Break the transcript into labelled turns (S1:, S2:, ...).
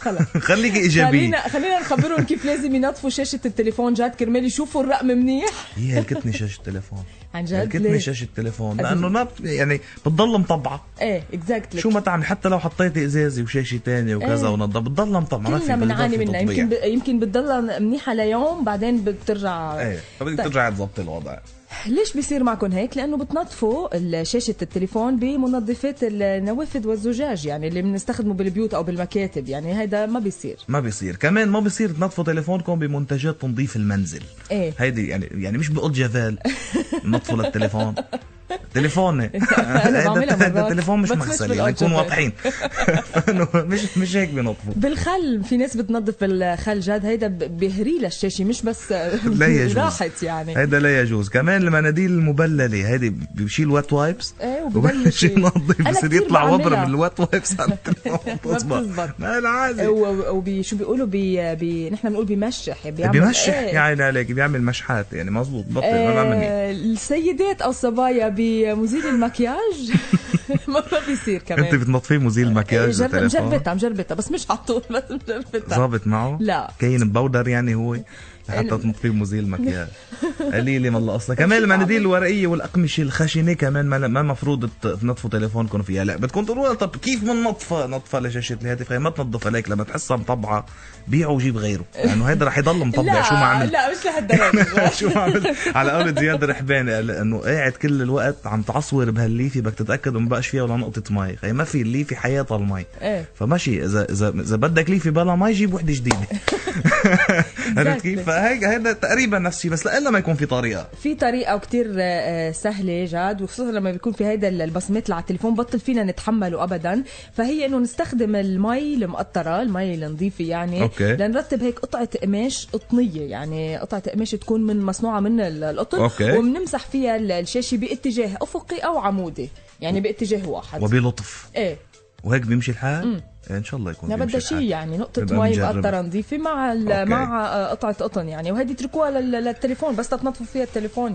S1: خلاص
S2: خليكي ايجابيه
S1: خلينا خلينا نخبرهم كيف لازم ينظفوا شاشه التليفون جد كرمال يشوفوا الرقم منيح
S2: هي هلكتني شاشه التليفون
S1: عن جد ليه؟
S2: هلكتني شاشه التليفون
S1: أزم-
S2: لانه ما بت... يعني بتضل مطبعه
S1: ايه اكزاكتلي
S2: شو ما تعمل حتى لو حطيتي ازازه وشاشه تانية وكذا
S1: إيه.
S2: ونضف بتضل مطبعه ما في
S1: كلنا بنعاني
S2: بتضل في
S1: منها يمكن ب...
S2: تطبيع.
S1: يمكن بتضلها منيحه ليوم بعدين بترجع
S2: ايه فبدك
S1: طيب.
S2: ترجعي تظبطي الوضع
S1: ليش بيصير معكم هيك؟ لانه بتنظفوا ال- شاشه التليفون بمنظفات النوافذ والزجاج يعني اللي بنستخدمه بالبيوت او بالمكاتب يعني هيدا ما بيصير
S2: ما بيصير كمان ما بيصير تنظفوا تليفونكم بمنتجات تنظيف المنزل
S1: إيه.
S2: هيدي يعني يعني مش بقط جفال نطفوا للتليفون تليفوني
S1: أنا بعملها
S2: هيدا- هيدا
S1: مرات.
S2: التليفون مش
S1: بس مش
S2: مغسل
S1: بالقط
S2: يعني نكون
S1: جفال.
S2: واضحين فإنه مش مش هيك بنطفوا
S1: بالخل في ناس بتنظف بالخل جد هيدا ب- بيهري للشاشه مش بس
S2: لا يجوز
S1: راحت يعني
S2: هيدا لا يجوز كمان المناديل المبلله هيدي بشيل وات وايبس
S1: إيه، وببلش
S2: وببلش
S1: ي-
S2: ينظف
S1: أنا
S2: بصير
S1: كتير
S2: يطلع وبر
S1: بعملها.
S2: من الوات وايبس على التليفون
S1: بتزبط.
S2: بتزبط لا العادي
S1: و- وبي شو بيقولوا بي بي نحن بنقول بيمشح بيعمل
S2: بمشح
S1: إيه.
S2: يا عيني عليك بيعمل مشحات يعني مزبوط بطل ما بعمل هيك
S1: آه السيدات او الصبايا بمزيل المكياج ما ما بيصير كمان
S2: انت بتنظفيه مزيل مكياج
S1: إيه، جرب-
S2: بالتليفون
S1: مجربتها مجربتها بس مش على طول بس مجربتها
S2: ظابط معه
S1: لا.
S2: كاين ببودر يعني هو لحتى
S1: ال-
S2: تنظفيه مزيل مكياج قليله من القصه كمان المناديل الورقيه والاقمشه الخشنه كمان ما ما مفروض ت- تنظفوا تليفونكم فيها لا بدكم تقولوا طب كيف من نطفه نطفه لشاشه الهاتف هي ما تنظفها ليك لما تحسها مطبعه بيعه وجيب غيره لانه هيدا رح يضل مطبع
S1: لا
S2: شو ما عمل
S1: لا مش لهالدرجه
S2: شو ما عمل على قول زياد الرحباني قال انه قاعد كل الوقت عم تعصور بهالليفي بدك تتاكد ما بقاش فيها ولا نقطه مي هي ما في الليفي حياتها المي
S1: إيه.
S2: فماشي اذا اذا اذا بدك ليفي بلا مي جيب وحده جديده عرفت كيف؟ فهيك هيدا تقريبا نفس الشيء بس لألا ما يكون في طريقه
S1: في طريقة كتير آه، سهلة جاد وخصوصا لما بيكون في هيدا البصمات اللي على التليفون بطل فينا نتحمله أبدا فهي إنه نستخدم المي المقطرة المي النظيفة يعني
S2: أوكي.
S1: لنرتب هيك قطعة قماش قطنية يعني قطعة قماش تكون من مصنوعة من ال- القطن
S2: أوكي.
S1: وبنمسح فيها ال- الشاشة باتجاه أفقي أو عمودي يعني باتجاه واحد
S2: وبلطف
S1: ايه
S2: وهيك بيمشي الحال ان شاء الله يكون
S1: ما
S2: بيمشي
S1: بدها شيء
S2: الحال.
S1: يعني نقطة
S2: نبقى
S1: مي
S2: نجرب.
S1: مقطرة نظيفة مع ال-
S2: أوكي.
S1: مع آه، قطعة قطن يعني وهيدي اتركوها لل- للتليفون بس تتنطفوا فيها التليفون